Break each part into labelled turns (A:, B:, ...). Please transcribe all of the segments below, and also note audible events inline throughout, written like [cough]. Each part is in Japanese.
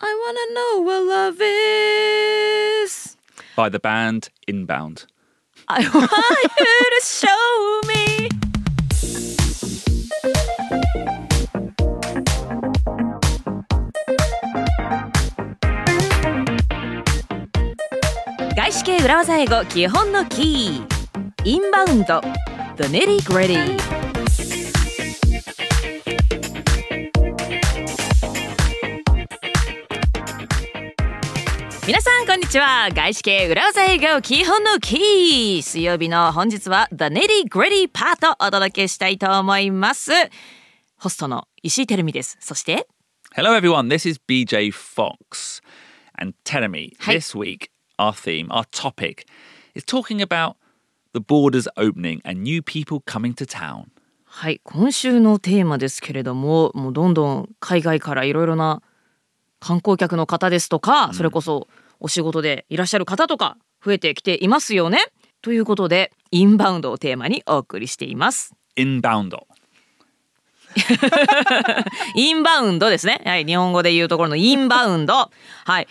A: I wanna know what love is.
B: by the band Inbound.
A: I want you to show me. 外資系裏技英語基本のキーインバウンド The Nitty Gritty 皆さんこんにちは外資系裏技英語基本のキー水曜日の本日は The Nitty Gritty パートをお届けしたいと思いますホストの石井てるみですそして
B: Hello, everyone. This is BJ Fox. And Tenemy,
A: Hi.
B: this week, our theme, our topic is talking about the borders opening and new people coming to town.
A: はい今週のテーマですけれどももうどんどん海外からいろいろな観光客の方ですとか、それこそお仕事でいらっしゃる方とか増えてきていますよね。ということでインバウンドをテーマにお送りしています。
B: Inbound.
A: インバウンドですね。はい、日本語で言うところのインバウンド。 [laughs] はい。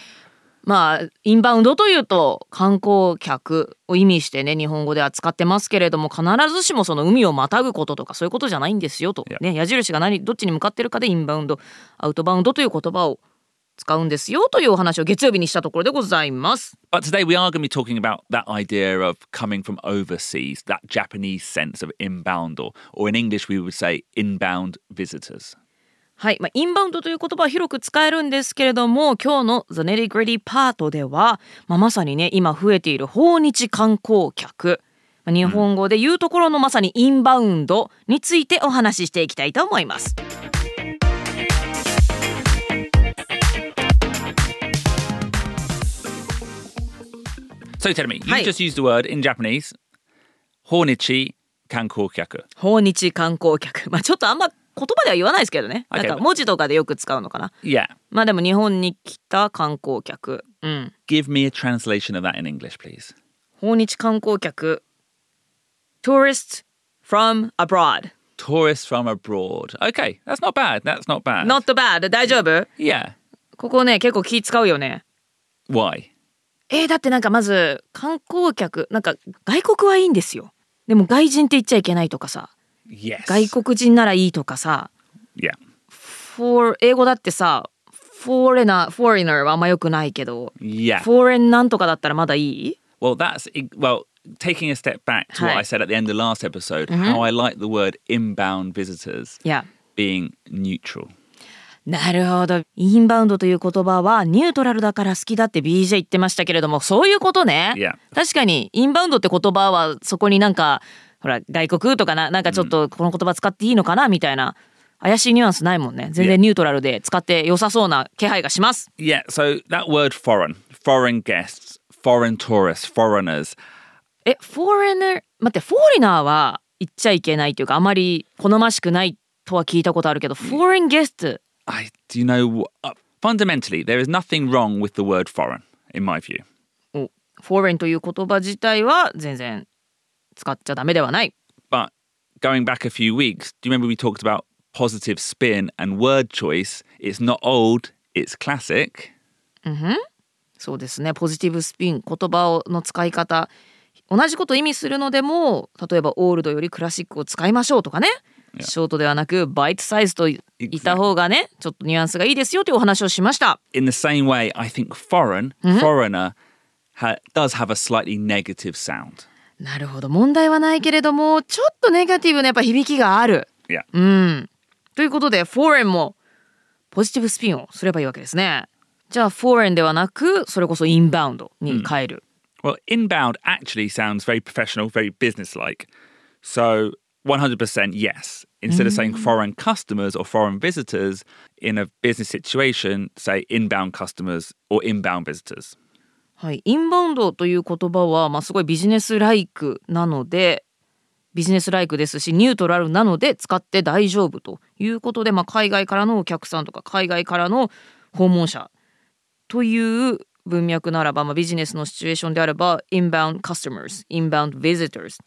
A: まあ、インバウンドというと観光客を意味してね日本語では使ってますけれども必ずしもその海をまたぐこととかそういうことじゃないんですよと、
B: Yeah.
A: ね、矢印が何どっちに向かってるかでインバウンドアウトバウンドという言葉を使うんですよというお話を月曜日にしたところでございます。
B: But today we are going to be talking about that idea of coming from overseas, that Japanese sense of inbound, or, or in English we would say inbound visitors.
A: はい、まあ、インバウンドという言葉は広く使えるんですけれども今日の「ザネリグリパート」では、まあ、まさにね今増えている訪日観光客まあ日本語で言うところのまさにインバウンドについてお話ししていきたいと思います。
B: So tell me, you
A: Hi.
B: just used the word in Japanese, hornichi kankokyaku.
A: 訪日観光客、まあ、ちょっとあんま言葉では言わないですけどね
B: Okay,
A: なんか
B: but-
A: 文字とかでよく使うのかな。
B: Yeah.
A: まあでも日本に来た観光客、うん、
B: Give me a translation of that in English, please.
A: 訪日観光客 tourist from abroad
B: Tourists from abroad. Okay, that's not bad. That's not bad.
A: not bad 大丈夫
B: Yeah.
A: ここね結構気使うよね
B: Why?
A: えー、だってなんかまず観光客なんか外国はいいんですよでも外人って言っちゃいけないとかさ
B: Yes.
A: 外国人ならいいとかさ
B: Yeah.
A: for 英語だってさ foreigner foreigner はあんま良くないけど
B: Yeah.
A: foreign なんとかだったらまだいい
B: Well, that's e, well. Taking a step back to
A: Hi.
B: what
A: Mm-hmm.
B: I said at the end of last episode, how I like the word inbound visitors
A: いや
B: being neutral.
A: なるほどインバウンドという言葉はニュートラルだから好きだって BJ 言ってましたけれどもそういうことね、
B: Yeah.
A: 確かにインバウンドって言葉はそこになんかほら外国とかななんかちょっとこの言葉使っていいのかなみたいな怪しいニュアンスないもんね全
B: Yeah.
A: 然ニュートラルで使って良さそうな気配がします
B: Yeah. So that word "foreign," foreign guests, foreign tourists, foreigners.
A: えフォーレナー待ってフォーリナーは言っちゃいけないというかあまり好ましくないとは聞いたことあるけどフォーレンゲスト
B: I do you know wh- uh, fundamentally there is nothing wrong with the word "foreign" in my view.
A: フォーレンという言葉自体は全然使っちゃダメではない
B: But going back a few weeks, do you remember we talked about positive spin and word choice? It's not old, it's classic.
A: そうですねポジティブスピン言葉をの使い方同じことを意味するのでも例えばオールドよりクラシックを使いましょうとかねショートではなくバイトサイズとい
B: Exactly.
A: いた方がねちょっとニュアンスがいいですよというお話をしました
B: In the same way, I think foreign, foreigner, ha- does have a slightly negative sound.
A: なるほど問題はないけれどもちょっとネガティブなやっぱ響きがある
B: Yeah.
A: ということでフォーレンもポジティブスピンをすればいいわけですねじゃあフォーレンではなくそれこそインバウンドに変える、
B: Well, inbound actually sounds very professional, very businesslike. So 100% yes. Instead of saying foreign customers or foreign visitors in a business situation, say inbound customers or inbound visitors.
A: はい、インバウンドという言葉は、まあ、すごいビジネスライクなのでビジネスライクですしニュートラルなので使って大丈夫ということで、まあ、海外からのお客さんとか海外からの訪問者という文脈ならば、まあ、ビジネスのシチュエーションであればインバウンドカスタマーズインバウンドビジターズ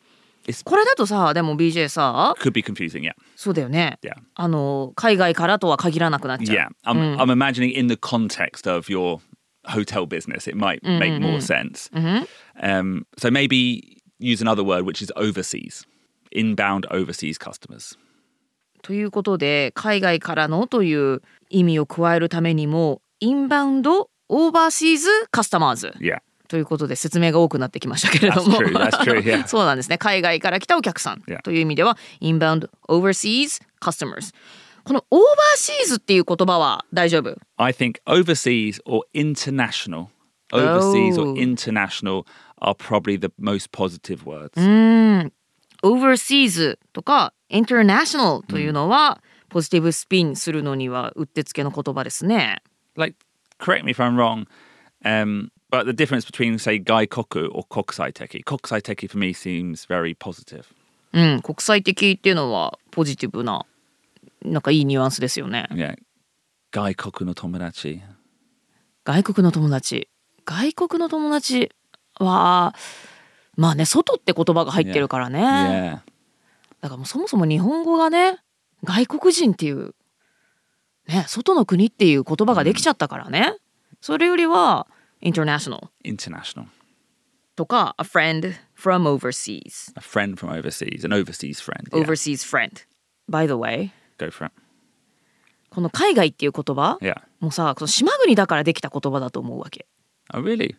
B: It's-
A: これだとさでも BJ さ
B: Could be confusing, yeah.
A: そうだよね
B: Yeah.
A: あの海外からとは限らなくなっちゃう
B: Yeah. I'm, I'm imagining in the context of your hotel business, it might make more sense. Um, so maybe use another word, which is overseas, inbound overseas customers.
A: ということで海外からのという意味を加えるためにもインバウンドオーバーシーズカスタマーズ
B: Yeah.
A: ということで説明が多くなってきましたけれども
B: That's true, that's true, yeah.
A: [laughs] そうなんですね海外から来たお客さん
B: Yeah.
A: という意味ではインバウンドオーバーシーズカスタマーズこのオーバーシーズっていう言葉は大丈夫
B: I think overseas or international, overseas
A: Oh.
B: or international are probably the most positive words.
A: オーバーシーズとかインターナショナルというのは、ポジティブスピンするのにはうってつけの言葉ですね
B: Like, correct me if I'm wrong, um, but the difference between, say, Gai Koku or Kokusai Teki, Kokusai Teki for me seems very positive.
A: うん国際的っていうのはポジティブななんかいいニュアンスですよね
B: Yeah. Gai Koku no Tomodachi.
A: 外国の友達外国の友達はまあね外って言葉が入ってるからね、
B: Yeah.
A: だからもうそもそも日本語がね外国人っていうね外の国っていう言葉ができちゃったからね、それよりはインターナショナル
B: International.
A: とか a friend from overseas
B: A friend from overseas, an overseas friend. Yeah.
A: overseas friend by the way
B: Go for it.
A: この海外っていう言葉
B: Yeah.
A: もうさこの島国だからできた言葉だと思うわけ
B: Oh, really?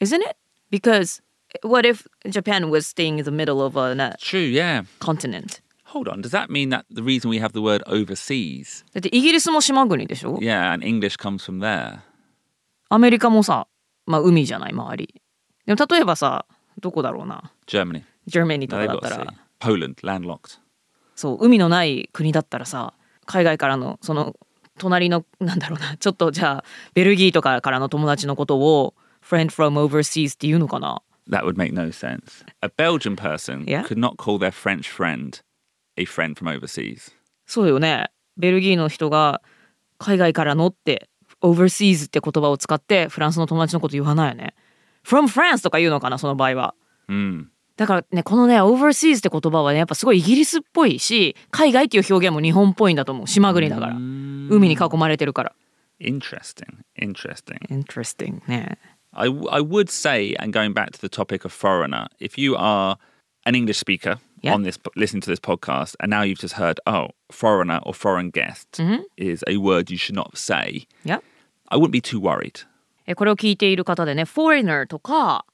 A: isn't it? Because what if Japan was staying in the middle of a
B: True, yeah.
A: continent?
B: Hold on. Does that mean that the reason we have the word overseas,
A: だってイギリスも島国でしょ
B: yeah, and English comes from there?
A: アメリカもさ、まあ海じゃない周り。でも例えばさ、どこだろうな。
B: Germany.
A: ジェルメニーと
B: No,
A: か
B: they've
A: だった
B: got a sea.
A: ら、
B: Poland, landlocked.
A: そう、海のない国だったらさ、海外からのその隣の、なんだろうな、ちょっとじゃあベルギーとかからの友達のことを friend from overseas って言うのかな
B: That would make no sense. A Belgian person
A: Yeah.
B: could not call their French friend a friend from overseas.
A: そうよね。ベルギーの人が海外からのって、overseas って言葉を使ってフランスの友達のこと言わないよね。from France とか言うのかな、その場合は。
B: Mm.
A: だからね、このね、overseas って言葉はね、やっぱすごいイギリスっぽいし、海外っていう表現も日本っぽいんだと思う。島国だから。海に囲まれてるから。
B: Interesting. Interesting.
A: interesting ね。
B: I, w- I would say, and going back to the topic of foreigner, if you are an English speaker
A: Yeah.
B: on this, listening to this podcast, and now you've just heard, oh, foreigner or foreign guest
A: Mm-hmm.
B: is a word you should not say,
A: いや。
B: I wouldn't be too worried.
A: えこれを聞いている方でね、foreigner とか、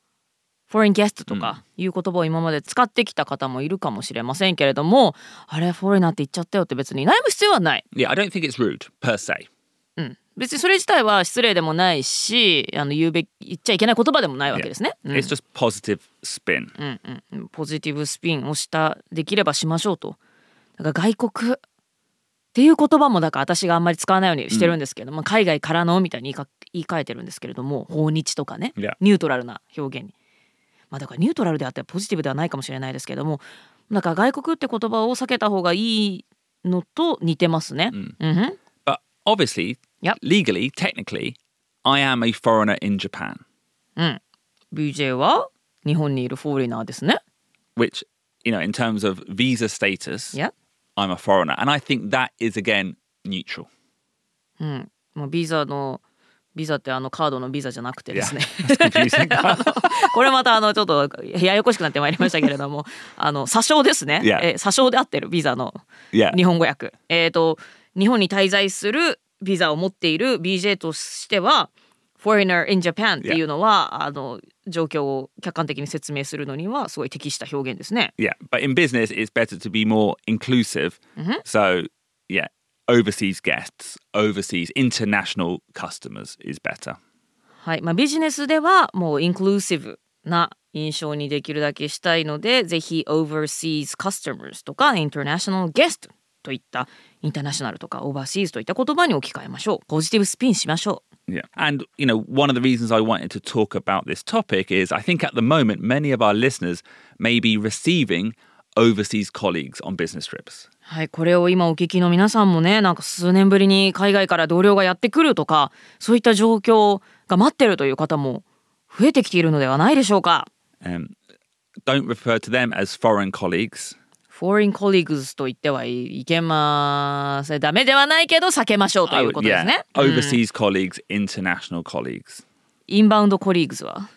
A: foreign guest とかいう言葉を今まで使ってきた方もいるかもしれませんけれども、あれ、foreigner って言っちゃったよって別に悩む必要はない。
B: Yeah, I don't think it's rude per se.
A: うん。別にそれ自体は失礼でもないし、あの言うべき、言っちゃいけない言葉でもないわけですね。うん
B: It's just positive spin.
A: うんうんうん、ポジティブスピンをしたできればしましょうと。だから外国っていう言葉もだから私があんまり使わないようにしてるんですけど、まあ、海外からのみたいに言いか言い換えてるんですけれども訪日とかね
B: Yeah.
A: ニュートラルな表現に。まあ、だからニュートラルであってポジティブではないかもしれないですけどもなんか外国って言葉を避けた方がいいのと似てますね。うんふん
B: But obviously,
A: Yep.
B: legally, technically, I am a foreigner in Japan,
A: BJ は日本にいるフォーリナーですね。
B: which, you know, in terms of visa status,
A: いや
B: I'm a foreigner. And I think that is, again, neutral.
A: うん、まあ、ビザのビザってあのカードのビザじゃなくてですね。
B: [laughs]
A: [laughs]
B: Confusing.
A: これまたあのちょっとややこしくなってまいりましたけれどもあの詐称ですね、
B: Yeah.
A: え詐称であってるビザの
B: [laughs] yeah.
A: 日本語訳えっ、と日本に滞在するビザを持っている BJ としては Foreigner in Japan っていうのは、あの状況を客観的に説明するのにはすごい適した表現ですね
B: Yeah, but in business, it's better to be more inclusive. So, yeah, overseas guests, overseas international customers is better.
A: はいまあビジネスではもうインクルーシブな印象にできるだけしたいのでぜひ Overseas Customers とか International Guest といったインターナショナルとか Overseas といった言葉に置き換えましょうポジティブスピンしましょう
B: Yeah. And, you know, one of the reasons I wanted to talk about this topic is I think at the moment, many of our listeners may be receiving overseas colleagues on business trips.
A: はいこれを今お聞きの皆さんもねなんか数年ぶりに海外から同僚がやってくるとかそういった状況が待ってるという方も増えてきているのではないでしょうか
B: Um, don't refer to them as foreign colleagues.
A: foreign colleagues と言ってはいけません。ダメではないけど避けましょうということですね。
B: Overseas colleagues, international colleagues.
A: インバウンドコリーグズ [laughs] は。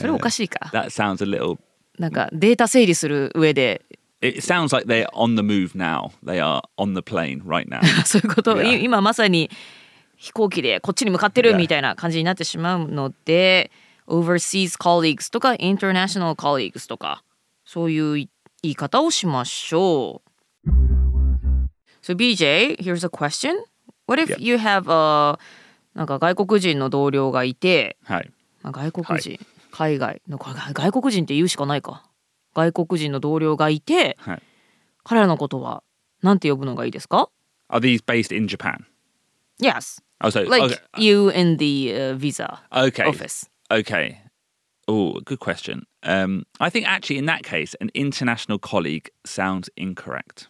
A: それおかしいか。
B: That sounds a little.
A: なんかデータ整理する上で [laughs]
B: It sounds like they're on the move now. They are on the plane
A: [laughs]
B: right now.
A: そういうことを、
B: Yeah.
A: い今まさに飛行機でこっちに向かってる
B: Yeah.
A: みたいな感じになってしまうので、overseas colleagues とか international colleagues とかそういう言い方をしましょう。So BJ, here's a question. What if
B: Yeah.
A: you have a なんか外国人の同僚がいて、
B: Hi.
A: まあ、外国人、海外のこれ外国人って言うしかないか。外国人の同僚がいて、
B: Hi.
A: 彼らのことはなんて呼ぶのがいいですか
B: Are these based in Japan?
A: Yes.
B: Oh, so
A: like
B: okay.
A: you in the uh, visa
B: Okay.
A: office.
B: Okay. Oh, good question. Um, I think actually in that case, an international colleague sounds incorrect.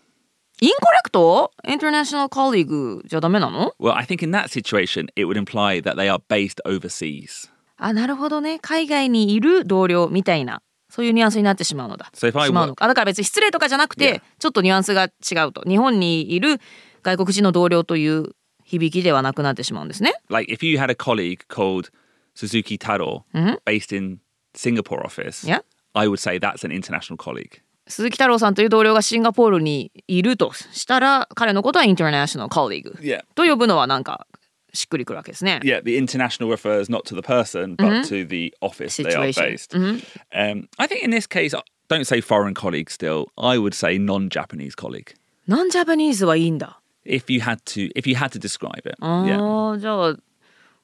A: インコレクト ?International colleague じゃダメなの
B: Well, I think in that situation, it would imply that they are based overseas.
A: あ、なるほどね。海外にいる同僚みたいな。そういうニュアンスになってしまうのだ。
B: So if I
A: しまうの
B: work,
A: かあだから別に失礼とかじゃなくて、
B: Yeah.
A: ちょっとニュアンスが違うと。日本にいる外国人の同僚という響きではなくなってしまうんですね。
B: like if you had a colleague called Suzuki Taro based in Singapore office,
A: Mm-hmm. Yeah.
B: I would say that's an international colleague.
A: 鈴木太郎さんという同僚がシンガポールにいるとしたら、彼のことは international colleague
B: Yeah.
A: と呼ぶのはなんかしっくりくるわけですね。
B: Yeah, the international refers not to the person, but to the office they
A: Situation.
B: are based. Um, I think in this case, don't say foreign colleague still. I would say non Japanese colleague.
A: ノンジャパニーズはいいんだ。
B: If you had to, if you had to describe it,
A: ああ
B: yeah,
A: じゃあ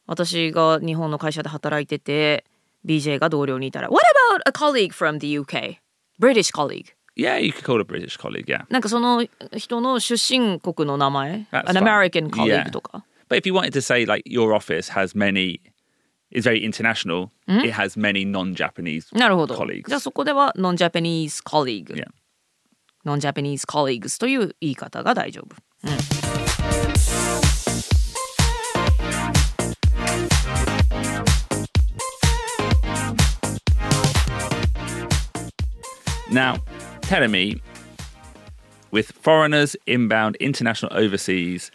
A: 私が日本の会社で働いてて BJ が同僚にいたら「What about a colleague from the UK? British colleague?」
B: yeah, you could call a British colleague, yeah.
A: なんかその人の出身国の名前
B: That's
A: An American
B: fine. Yeah.
A: colleague とか
B: But if you wanted to say like your office has many, is very international. It has many non-Japanese
A: なるほど
B: colleagues.
A: じゃあそこでは Non-Japanese colleague、
B: Yeah.
A: Non-Japanese colleagues という言い方が大丈夫、うん
B: Now, telling me, with foreigners inbound, international, overseas,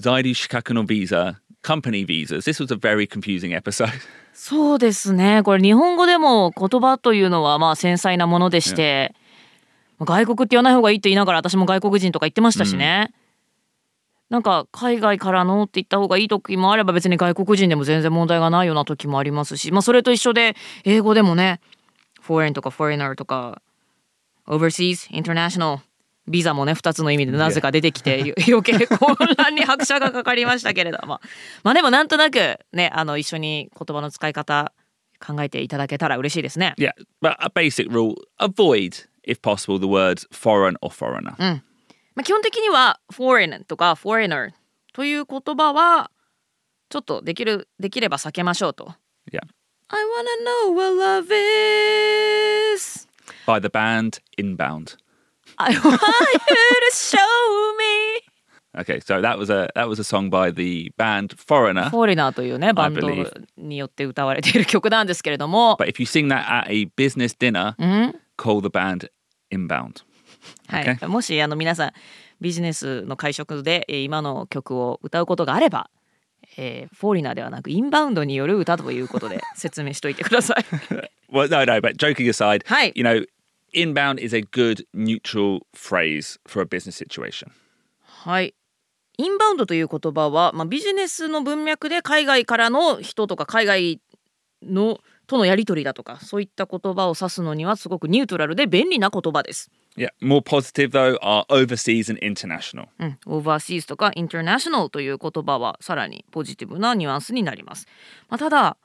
B: Zaidu Shikaku no visa, company visas. This was a very confusing episode. [laughs]
A: そうですねこれ日本語でも言葉というのはまあ繊細なものでして、外国って言わない方がいいと言いながら私も外国人とか言ってましたしね、なんか海外からのって言った方がいい時もあれば別に外国人でも全然問題がないような時もありますし、まあ、それと一緒で英語でもね foreign とか foreigner とか overseas international ビザもね2つの意味でなぜか出てきてよ [laughs] 余計混乱に拍車がかかりましたけれどもまあでもなんとなくねあの一緒に言葉の使い方考えていただけたら嬉しいですね。
B: yeah, but a basic rule: avoid, if possible, the words foreign or foreigner.
A: まあ、基本的には foreign とか foreigner という言葉はちょっとできるできれば避けましょうと。
B: Yeah,
A: I wanna know what love is
B: by the band inbound.
A: I want you to show me
B: Okay, so that was a that was a song by the band Foreigner.
A: フォーリナーというねバンド
B: believe.
A: によって歌われている曲なんですけれども
B: But if you sing that at a business dinner, call the band inbound.
A: はい、もしあの皆さんビジネスの会食でえー今の曲を歌うことがあれば、えーフォーリナーではなくインバウンドによる歌ということで説明しといてください。
B: Well, no, no, but joking aside,
A: Hi.
B: you know, inbound is a good neutral phrase for a business situation.
A: はいインバウンドという言葉は、まあ、ビジネスの文脈で海外からの人とか海外のとのやり取りだとかそういった言葉を指すのにはすごくニュートラルで便利な言葉です。
B: Yeah. More positive, though, are overseas and international.
A: うん、オーバーシーズとかインターナショナルという言葉はさらにポジティブなニュアンスになります。まあ、ただ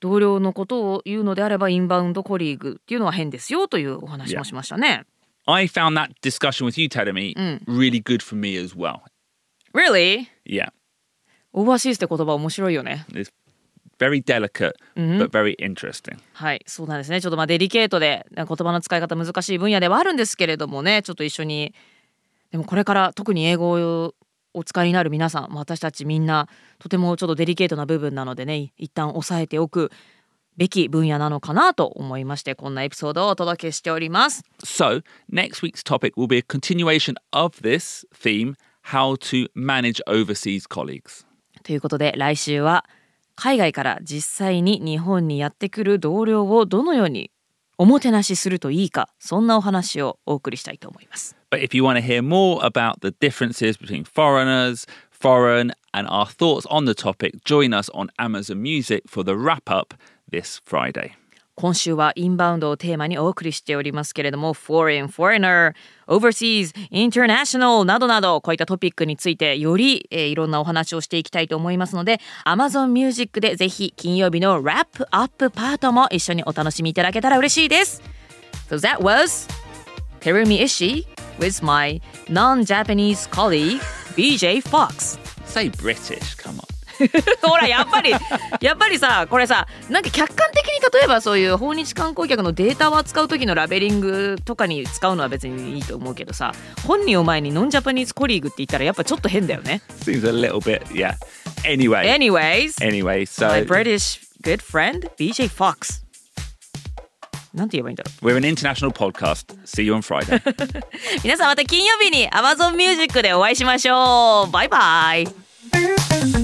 A: 同僚のことを言うのであればインバウンドコリーグっていうのは変ですよというお話もしましたね。
B: I found that discussion with you, Tadami, really good for me as well.
A: Really?
B: Yeah.
A: オーバーシーズって言葉面白いよね。
B: It's very delicate, but very interesting.
A: はい、そうなんですね。ちょっとまあデリケートで言葉の使い方難しい分野ではあるんですけれどもね、ちょっと一緒にでもこれから特に英語をお使いになる皆さん、まあ私たちみんなとてもちょっとデリケートな部分なのでね、一旦押さえておくべき分野なのかなと思いましてこんなエピソードをお届けしております。
B: So, next week's topic will be a continuation of this theme how to manage overseas colleagues.
A: ということで来週は海外から実際に日本にやってくる同僚をどのようにおもてなしするといいかそんなお話をお送りしたいと思います。
B: But if you want to hear more about the differences between foreigners, foreign, and our thoughts on the topic, join us on Amazon Music for the wrap up this Friday.
A: 今週はインバウンドをテーマにお送りしておりますけれども Foreign, Foreigner, Overseas, International などなどこういったトピックについてより、えーいろんなお話をしていきたいと思いますので Amazon Music でぜひ金曜日の Wrap Up パートも一緒にお楽しみいただけたら嬉しいです。So that was Terumi Ishii with my non-Japanese colleague BJ Fox.
B: Say British, come on.
A: ほらやっぱりやっぱりさこれさなんか客観的に例えばそういう訪日観光客のデータを扱う時のラベリングとかに使うのは別にいいと思うけどさ本人を前にノンジャパニーズコリーグって言ったらやっぱちょっと変だよね。
B: Seems a little bit, yeah. Anyway,
A: Anyways
B: anyway, so
A: my British good friend BJ Fox なんて言えばいいんだろう
B: we're an international podcast. See you on Friday.
A: 皆さんまた金曜日に Amazon Music でお会いしましょうバイバイ